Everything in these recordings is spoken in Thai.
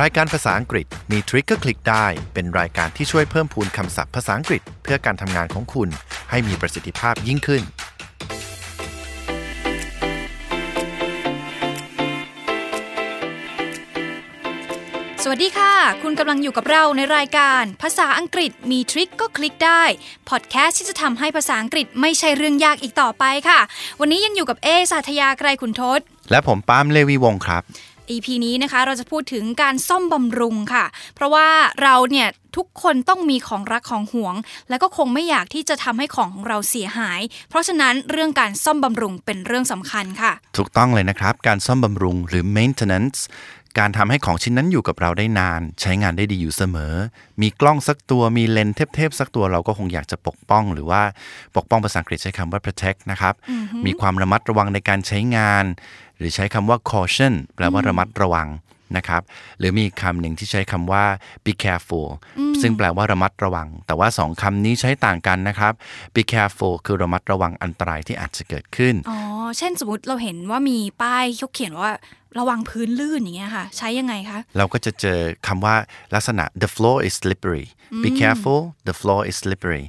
รายการภาษาอังกฤษมีทริกเกอร์คลิกได้ เป็นรายการที่ช่วยเพิ่มพูนคำศัพท์ภาษาอังกฤษ เพื่อการทำงานของคุณ ให้มีประสิทธิภาพยิ่งขึ้น สวัสดีค่ะ คุณกำลังอยู่กับเราในรายการ ภาษาอังกฤษมีทริคก็คลิกได้ พอดแคสต์ที่จะทำให้ภาษาอังกฤษไม่ใช่เรื่องยากอีกต่อไปค่ะ วันนี้ยังอยู่กับเอสาธยาไกรขุนทศ และผมปาล์มเลวีวงศ์ครับ EP นี้นะคะเราจะพูดถึงการซ่อมบำรุงค่ะ เพราะว่าเราเนี่ยทุกคนต้องมีของรักของหวง และก็คงไม่อยากที่จะทำให้ของของเราเสียหาย เพราะฉะนั้นเรื่องการซ่อมบำรุงเป็นเรื่องสำคัญค่ะ ถูกต้องเลยนะครับ การซ่อมบำรุงหรือ maintenance การทำให้ของชิ้นนั้นอยู่กับเราได้นาน ใช้งานได้ดีอยู่เสมอ มีกล้องสักตัวมีเลนส์เทพๆสักตัวเราก็คงอยากจะปกป้อง หรือว่าปกป้องภาษาอังกฤษใช้คำว่า protect นะครับ มีความระมัดระวังในการใช้งาน หรือใช้คำว่า caution แปลว่าระมัดระวังนะครับ หรือมีอีกคำหนึ่งที่ใช้คำว่า be careful ซึ่งแปลว่าระมัดระวัง แต่ว่าสองคำนี้ใช้ต่างกันนะครับ be careful คือระมัดระวังอันตรายที่อาจจะเกิดขึ้น อ๋อ เช่นสมมติเราเห็นว่ามีป้ายเขาเขียนว่าระวังพื้นลื่นอย่างเงี้ยค่ะ ใช้ยังไงคะ เราก็จะเจอคำว่าลักษณะ the floor is slippery be careful the floor is slippery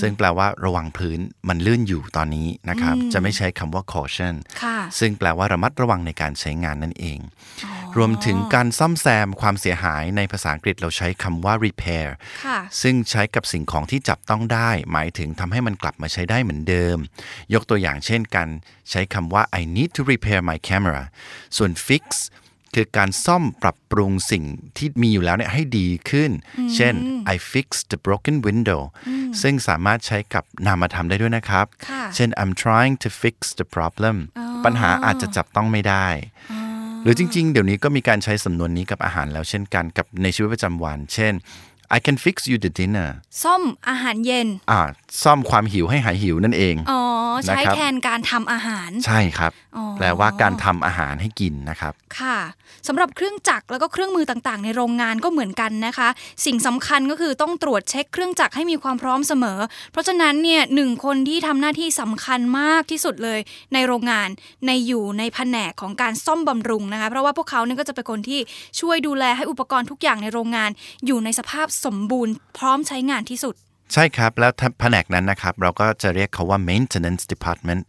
ซึ่งแปลว่าระวังพื้นมันลื่นอยู่ตอนนี้นะครับ จะไม่ใช้คำว่า caution ค่ะ ซึ่งแปลว่าระมัดระวังในการใช้งานนั่นเอง รวมถึงการซ่อมแซมความเสียหายในภาษาอังกฤษเราใช้คำว่า repair ค่ะ ซึ่งใช้กับสิ่งของที่จับต้องได้ หมายถึงทำให้มันกลับมาใช้ได้เหมือนเดิม ยกตัวอย่างเช่นกัน ใช้คำว่า I need to repair my camera ส่วน fix คือการซ่อมปรับปรุงสิ่งที่มีอยู่แล้วเนี่ยให้ดีขึ้น เช่น I fixed the broken window ซึ่งสามารถใช้กับนามธรรมได้ด้วยนะครับ ค่ะ เช่น I'm trying to fix the problem ปัญหาอาจจะจับต้องไม่ได้ หรือจริง ๆ เดี๋ยวนี้ก็มีการใช้สำนวนนี้กับอาหารแล้วเช่นกันกับในชีวิตประจำวัน เช่น I can fix you the dinner ซ่อมอาหารเย็น อ่าซ่อมความหิวให้หายหิวนั่นเอง อ๋อ ใช้ นะครับ แทนการทำอาหาร ใช่ครับ อ๋อ แปลว่าการทำอาหารให้กินนะครับ ค่ะสำหรับเครื่องจักรแล้วก็เครื่องมือต่างๆ ในโรงงานก็เหมือนกันนะคะ สิ่งสำคัญก็คือต้องตรวจเช็คเครื่องจักรให้มีความพร้อมเสมอ เพราะฉะนั้นเนี่ยหนึ่งคนที่ทำหน้าที่สำคัญมากที่สุดเลย ในโรงงานในอยู่ในแผนกของการซ่อมบำรุงนะคะ เพราะว่าพวกเขาเนี่ยก็จะเป็นคนที่ช่วยดูแลให้อุปกรณ์ทุกอย่างในโรงงาน อยู่ในสภาพสมบูรณ์พร้อมใช้งานที่สุด ใช่ครับ แล้วถ้าแผนกนั้นนะครับ เราก็จะเรียกเขาว่า maintenance department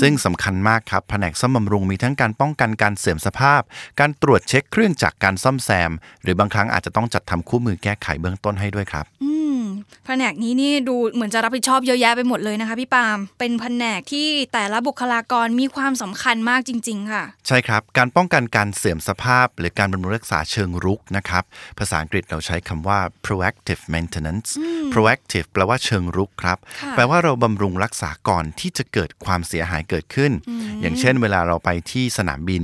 ซึ่งสำคัญมากครับ แผนกซ่อมบำรุงมีทั้งการป้องกันการเสื่อมสภาพ การตรวจเช็คเครื่องจักรการซ่อมแซม หรือบางครั้งอาจจะต้องจัดทำคู่มือแก้ไขเบื้องต้นให้ด้วยครับ อืมแผนกนี้นี่ดูเหมือนจะรับผิดชอบเยอะแยะไปหมดเลยนะคะพี่ปาล์มเป็นแผนกที่แต่ละบุคลากรมีความสำคัญมากจริง ๆ ค่ะ ใช่ครับ การป้องกันการเสื่อมสภาพ หรือการบำรุงรักษาเชิงรุกนะครับ ภาษาอังกฤษเราใช้คำว่า proactive maintenance proactive แปลว่าเชิงรุกครับ ค่ะ แปลว่าเราบำรุงรักษาก่อนที่จะเกิดความเสียหายเกิดขึ้น อย่างเช่น เวลาเราไปที่สนามบิน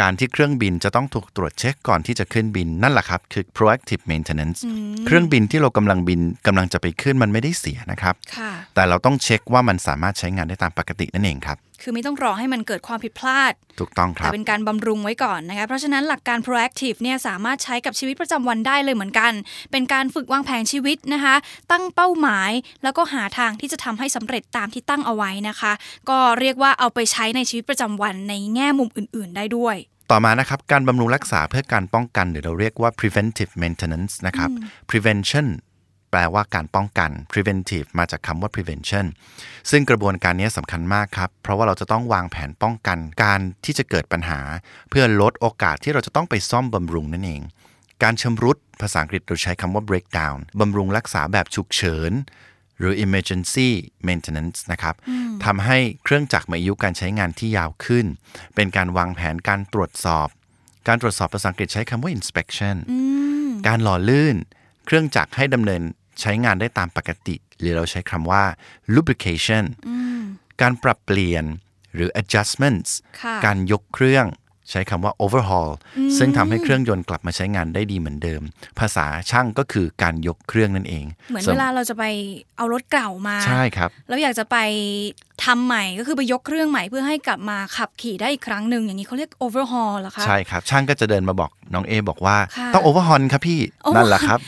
การที่เครื่องบินจะต้องถูกตรวจเช็คก่อนที่จะขึ้นบิน นั่นแหละครับคือ proactive maintenance เครื่องบินที่เรากำลังบินกำลังจะไปขึ้นมันไม่ได้เสียนะครับ ค่ะ แต่เราต้องเช็คว่ามันสามารถใช้งานได้ตามปกตินั่นเองครับ คือไม่ต้องรอให้มันเกิดความผิดพลาด ถูกต้องค แต่ รับ เป็นการบำรุงไว้ก่อนนะคะ เพราะฉะนั้นหลักการ proactive เนี่ยสามารถใช้กับชีวิตประจำวันได้เลยเหมือนกัน เป็นการฝึกวางแผนชีวิตนะคะ ตั้งเป้าหมาย แล้วก็หาทางที่จะทำให้สำเร็จตามที่ตั้งเอาไว้นะคะ ก็เรียกว่าเอาไปใช้ในชีวิตประจำวันในแง่มุมอื่น ๆ ได้ด้วย ต่อมานะครับ การบำรุงรักษาเพื่อการป้องกัน หรือเราเรียกว่า preventive maintenance นะครับ prevention แปลว่าการป้องกัน preventive มาจากคำว่า prevention ซึ่งกระบวนการนี้สำคัญมากครับ เพราะว่าเราจะต้องวางแผนป้องกันการที่จะเกิดปัญหา เพื่อลดโอกาสที่เราจะต้องไปซ่อมบำรุงนั่นเอง การชำรุดภาษาอังกฤษเราใช้คำว่า breakdown บำรุงรักษาแบบฉุกเฉิน หรือ emergency maintenance นะครับทำให้เครื่องจักรมีอายุการใช้งานที่ยาวขึ้น เป็นการวางแผนการตรวจสอบ การตรวจสอบภาษาอังกฤษใช้คำว่า inspection การหล่อลื่น เครื่องจักรให้ดำเนินใช้งานได้ตามปกติ หรือเราใช้คำว่า lubrication การปรับเปลี่ยนหรือ adjustments ค่ะ การยกเครื่องใช้คำว่า overhaul ซึ่งทำให้เครื่องยนต์กลับมาใช้งานได้ดีเหมือนเดิม ภาษาช่างก็คือการยกเครื่องนั่นเอง เหมือน ส่ว เวน ลาเราจะไปเอารถเก่ามา ใช่ครับ แล้วอยากจะไป ทำใหม่ก็คือไปยกเครื่องใหม่เพื่อให้กลับมาขับขี่ได้อีกครั้งหนึ่งอย่างนี้เขาเรียก overhaul เหรอคะ ใช่ครับ ช่างก็จะเดินมาบอกน้องเอบอกว่า ค่ะ ต้องโอเวอร์ฮอลครับพี่ โอ้ นั่นแหละครับ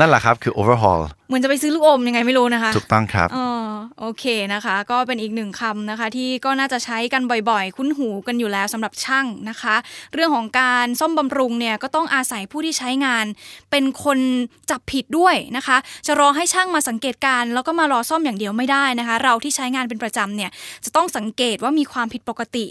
นั่นแหละครับคือโอเวอร์ฮอล เหมือนจะไปซื้อลูกอมยังไงไม่รู้นะคะ ถูกต้องครับ อ๋อโอเคนะคะ ก็เป็นอีกหนึ่งคำนะคะ ที่ก็น่าจะใช้กันบ่อยๆ คุ้นหูกันอยู่แล้วสำหรับช่างนะคะ เรื่องของการซ่อมบำรุงเนี่ยก็ต้องอาศัยผู้ที่ใช้งาน เป็นคนจับผิดด้วยนะคะ จะรอให้ช่างมาสังเกตการณ์แล้วก็มารอซ่อมอย่างเดียวไม่ได้นะคะ เราที่ใช้งานเป็นประจำเนี่ยจะต้องสังเกตว่ามีความผิดปกติ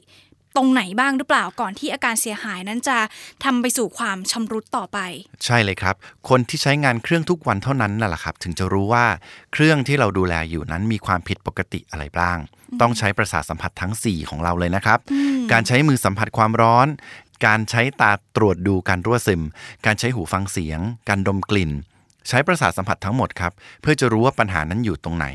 ตรงไหนบ้างหรือเปล่าก่อนที่อาการเสียหายนั้นจะทำไปสู่ความชำรุดต่อไป ใช่เลยครับ คนที่ใช้งานเครื่องทุกวันเท่านั้นน่ะแหละครับ ถึงจะรู้ว่าเครื่องที่เราดูแลอยู่นั้นมีความผิดปกติอะไรบ้าง ต้องใช้ประสาทสัมผัสทั้ง 4 ของเราเลยนะครับ การใช้มือสัมผัสความร้อน การใช้ตาตรวจดูการรั่วซึม การใช้หูฟังเสียง การดมกลิ่น ใช้ประสาทสัมผัสทั้งหมดครับ เพื่อจะรู้ว่าปัญหานั้นอยู่ตรงไหน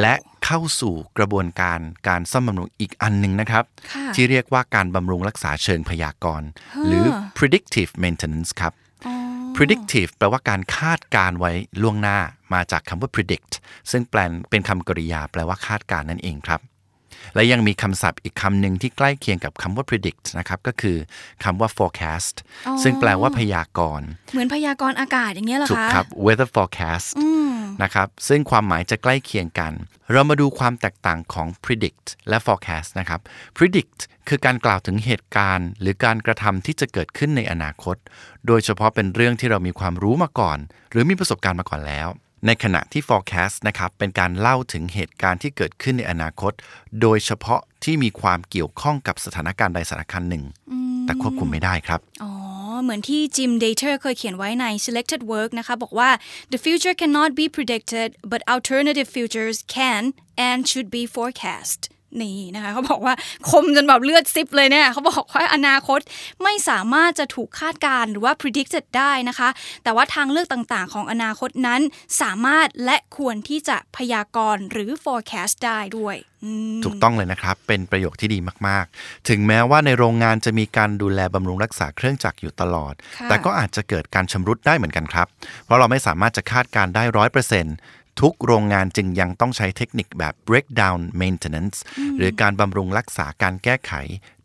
และเข้าสู่กระบวนการการซ่อมบำรุงอีกอันหนึ่งนะครับ ค่ะ ที่เรียกว่าการบำรุงรักษาเชิงพยากรณ์ หรือ predictive maintenance ครับ predictive แปลว่าการคาดการณ์ไว้ล่วงหน้ามาจากคำว่า predict ซึ่งแปลนเป็นคำกริยาแปลว่าคาดการณ์นั่นเองครับ และยังมีคำศัพท์อีกคำหนึ่งที่ใกล้เคียงกับคำว่า predict นะครับ ก็คือคำว่า forecast ซึ่งแปลว่าพยากรณ์ เหมือนพยากรณ์อากาศอย่างเงี้ยเหรอ ถูก คะ ครับ weather forecast นะครับ ซึ่งความหมายจะใกล้เคียงกัน เรามาดูความแตกต่างของ predict และ forecast นะครับ predict คือการกล่าวถึงเหตุการณ์ หรือการกระทำที่จะเกิดขึ้นในอนาคต โดยเฉพาะเป็นเรื่องที่เรามีความรู้มาก่อน หรือมีประสบการณ์มาก่อนแล้ว ในขณะที่ forecast นะครับ เป็นการเล่าถึงเหตุการณ์ที่เกิดขึ้นในอนาคต โดยเฉพาะที่มีความเกี่ยวข้องกับสถานการณ์ใดสถานการณ์หนึ่ง แต่ควบคุมไม่ได้ครับ อ๋อ เหมือนที่จิมเดเทอร์เคยเขียนไว้ใน selected work นะคะ บอกว่า the future cannot be predicted but alternative futures can and should be forecast นี่นะคะเขาบอกว่าคมจนแบบเลือดซิบเลยเนี่ยเขาบอกว่าอนาคตไม่สามารถจะถูกคาดการณ์หรือว่า predicted ได้นะคะ แต่ว่าทางเลือกต่างๆ ของอนาคตนั้น สามารถและควรที่จะพยากรณ์หรือ forecast ได้ด้วยอืม ถูกต้องเลยนะครับ เป็นประโยคที่ดีมาก ๆ ถึงแม้ว่าในโรงงานจะมีการดูแลบำรุงรักษาเครื่องจักรอยู่ตลอด ค่ะ แต่ก็อาจจะเกิดการชำรุดได้เหมือนกันครับ เพราะเราไม่สามารถจะคาดการณ์ได้ร้อยเปอร์เซ็นต์ทุกโรงงานจึงยังต้องใช้เทคนิคแบบ breakdown maintenance หรือการบำรุงรักษาการแก้ไข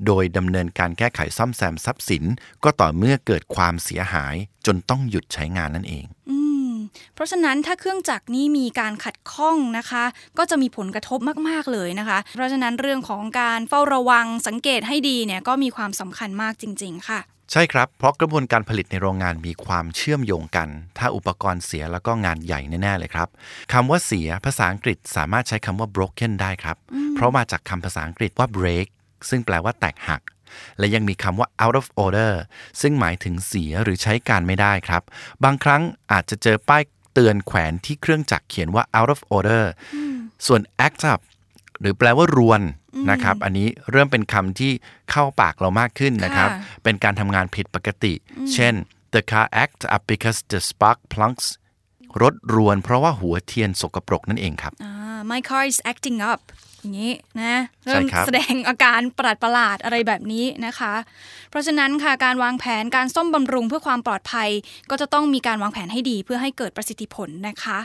โดยดำเนินการแก้ไขซ่อมแซมทรัพย์สิน ก็ต่อเมื่อเกิดความเสียหาย จนต้องหยุดใช้งานนั่นเอง เพราะฉะนั้นถ้าเครื่องจักรนี้มีการขัดข้องนะคะ ก็จะมีผลกระทบมากๆเลยนะคะ เพราะฉะนั้นเรื่องของการเฝ้าระวังสังเกตให้ดีเนี่ยก็มีความสำคัญมากจริง ๆ ค่ะ ใช่ครับ เพราะกระบวนการผลิตในโรงงานมีความเชื่อมโยงกัน ถ้าอุปกรณ์เสียแล้วก็งานใหญ่แน่ๆเลยครับ คำว่าเสียภาษาอังกฤษสามารถใช้คำว่า broken ได้ครับ เพราะมาจากคำภาษาอังกฤษว่า break ซึ่งแปลว่าแตกหัก และยังมีคำว่า out of order ซึ่งหมายถึงเสียหรือใช้การไม่ได้ครับ บางครั้งอาจจะเจอป้ายเตือนแขวนที่เครื่องจักรเขียนว่า out of order ส่วน act up หรือแปลว่ารวนนะครับ อันนี้เริ่มเป็นคำที่เข้าปากเรามากขึ้นนะครับ ค่ะ เป็นการทำงานผิดปกติ เช่น the car act up because the spark plugs รถรวนเพราะว่าหัวเทียนสกปรกนั่นเองครับ อ่า my car is acting up อย่างนี้นะ ใช่ เริ่ม ครับ แสดงอาการประหลาดประหลาดๆอะไรแบบนี้นะคะ เพราะฉะนั้นค่ะการวางแผนการซ่อมบำรุงเพื่อความปลอดภัย ก็จะต้องมีการวางแผนให้ดีเพื่อให้เกิดประสิทธิผลนะคะ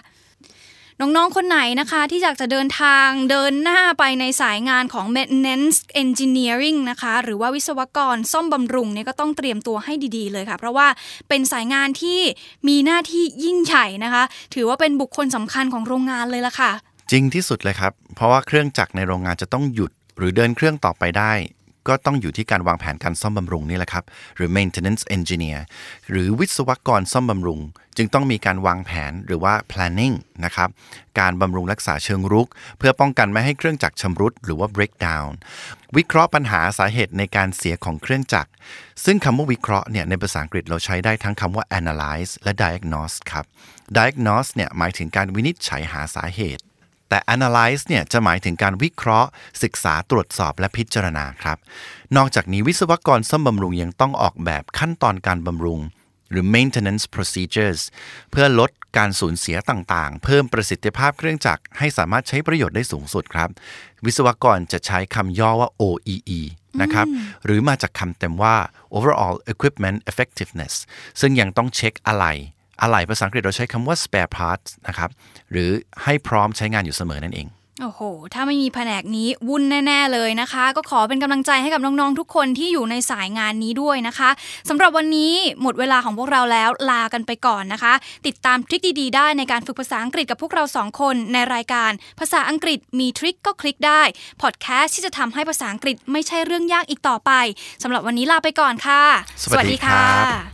น้อง ๆ คนไหนนะคะที่อยากจะเดินทางเดินหน้าไปในสายงานของ maintenance engineering นะคะ หรือว่าวิศวกรซ่อมบำรุงเนี่ยก็ต้องเตรียมตัวให้ดีๆเลยค่ะ เพราะว่าเป็นสายงานที่มีหน้าที่ยิ่งใหญ่นะคะ ถือว่าเป็นบุคคลสำคัญของโรงงานเลยละค่ะ จริงที่สุดเลยครับ เพราะว่าเครื่องจักรในโรงงานจะต้องหยุด หรือเดินเครื่องต่อไปได้ ก็ต้องอยู่ที่การวางแผนการซ่อมบำรุงนี่แหละครับ หรือ maintenance engineer หรือวิศวกรซ่อมบำรุง จึงต้องมีการวางแผนหรือว่า planning นะครับ การบำรุงรักษาเชิงรุก เพื่อป้องกันไม่ให้เครื่องจักรชำรุดหรือว่า breakdown วิเคราะห์ปัญหาสาเหตุในการเสียของเครื่องจักร ซึ่งคำว่าวิเคราะห์เนี่ยในภาษาอังกฤษเราใช้ได้ทั้งคำว่า analyze และ diagnose ครับ diagnose เนี่ยหมายถึงการวินิจฉัยหาสาเหตุ แต่ analyze เนี่ยจะหมายถึงการวิเคราะห์ ศึกษาตรวจสอบและพิจารณาครับ นอกจากนี้วิศวกรซ่อมบำรุงยังต้องออกแบบขั้นตอนการบำรุง หรือ maintenance procedures เพื่อลดการสูญเสียต่างๆ เพิ่มประสิทธิภาพเครื่องจักรให้สามารถใช้ประโยชน์ได้สูงสุดครับ วิศวกรจะใช้คำย่อว่า OEE นะครับหรือมาจากคำเต็มว่า overall equipment effectiveness ซึ่งยังต้องเช็คอะไร อะไหล่ภาษาอังกฤษเราใช้คำว่า spare parts นะครับ หรือให้พร้อมใช้งานอยู่เสมอนั่นเอง โอ้โห ถ้าไม่มีแผนกนี้วุ่นแน่ ๆ เลยนะคะ ก็ขอเป็นกำลังใจให้กับน้อง ๆ ทุกคนที่อยู่ในสายงานนี้ด้วยนะคะสำหรับวันนี้หมดเวลาของพวกเราแล้วลากันไปก่อนนะคะ ติดตามทริคดี ๆ ได้ในการฝึกภาษาอังกฤษกับพวกเราสองคนในรายการภาษาอังกฤษมีทริคก็คลิกได้พอดแคสต์ที่จะทำให้ภาษาอังกฤษไม่ใช่เรื่องยากอีกต่อไปสำหรับวันนี้ลาไปก่อนค่ะ สวัสดีครับ ะ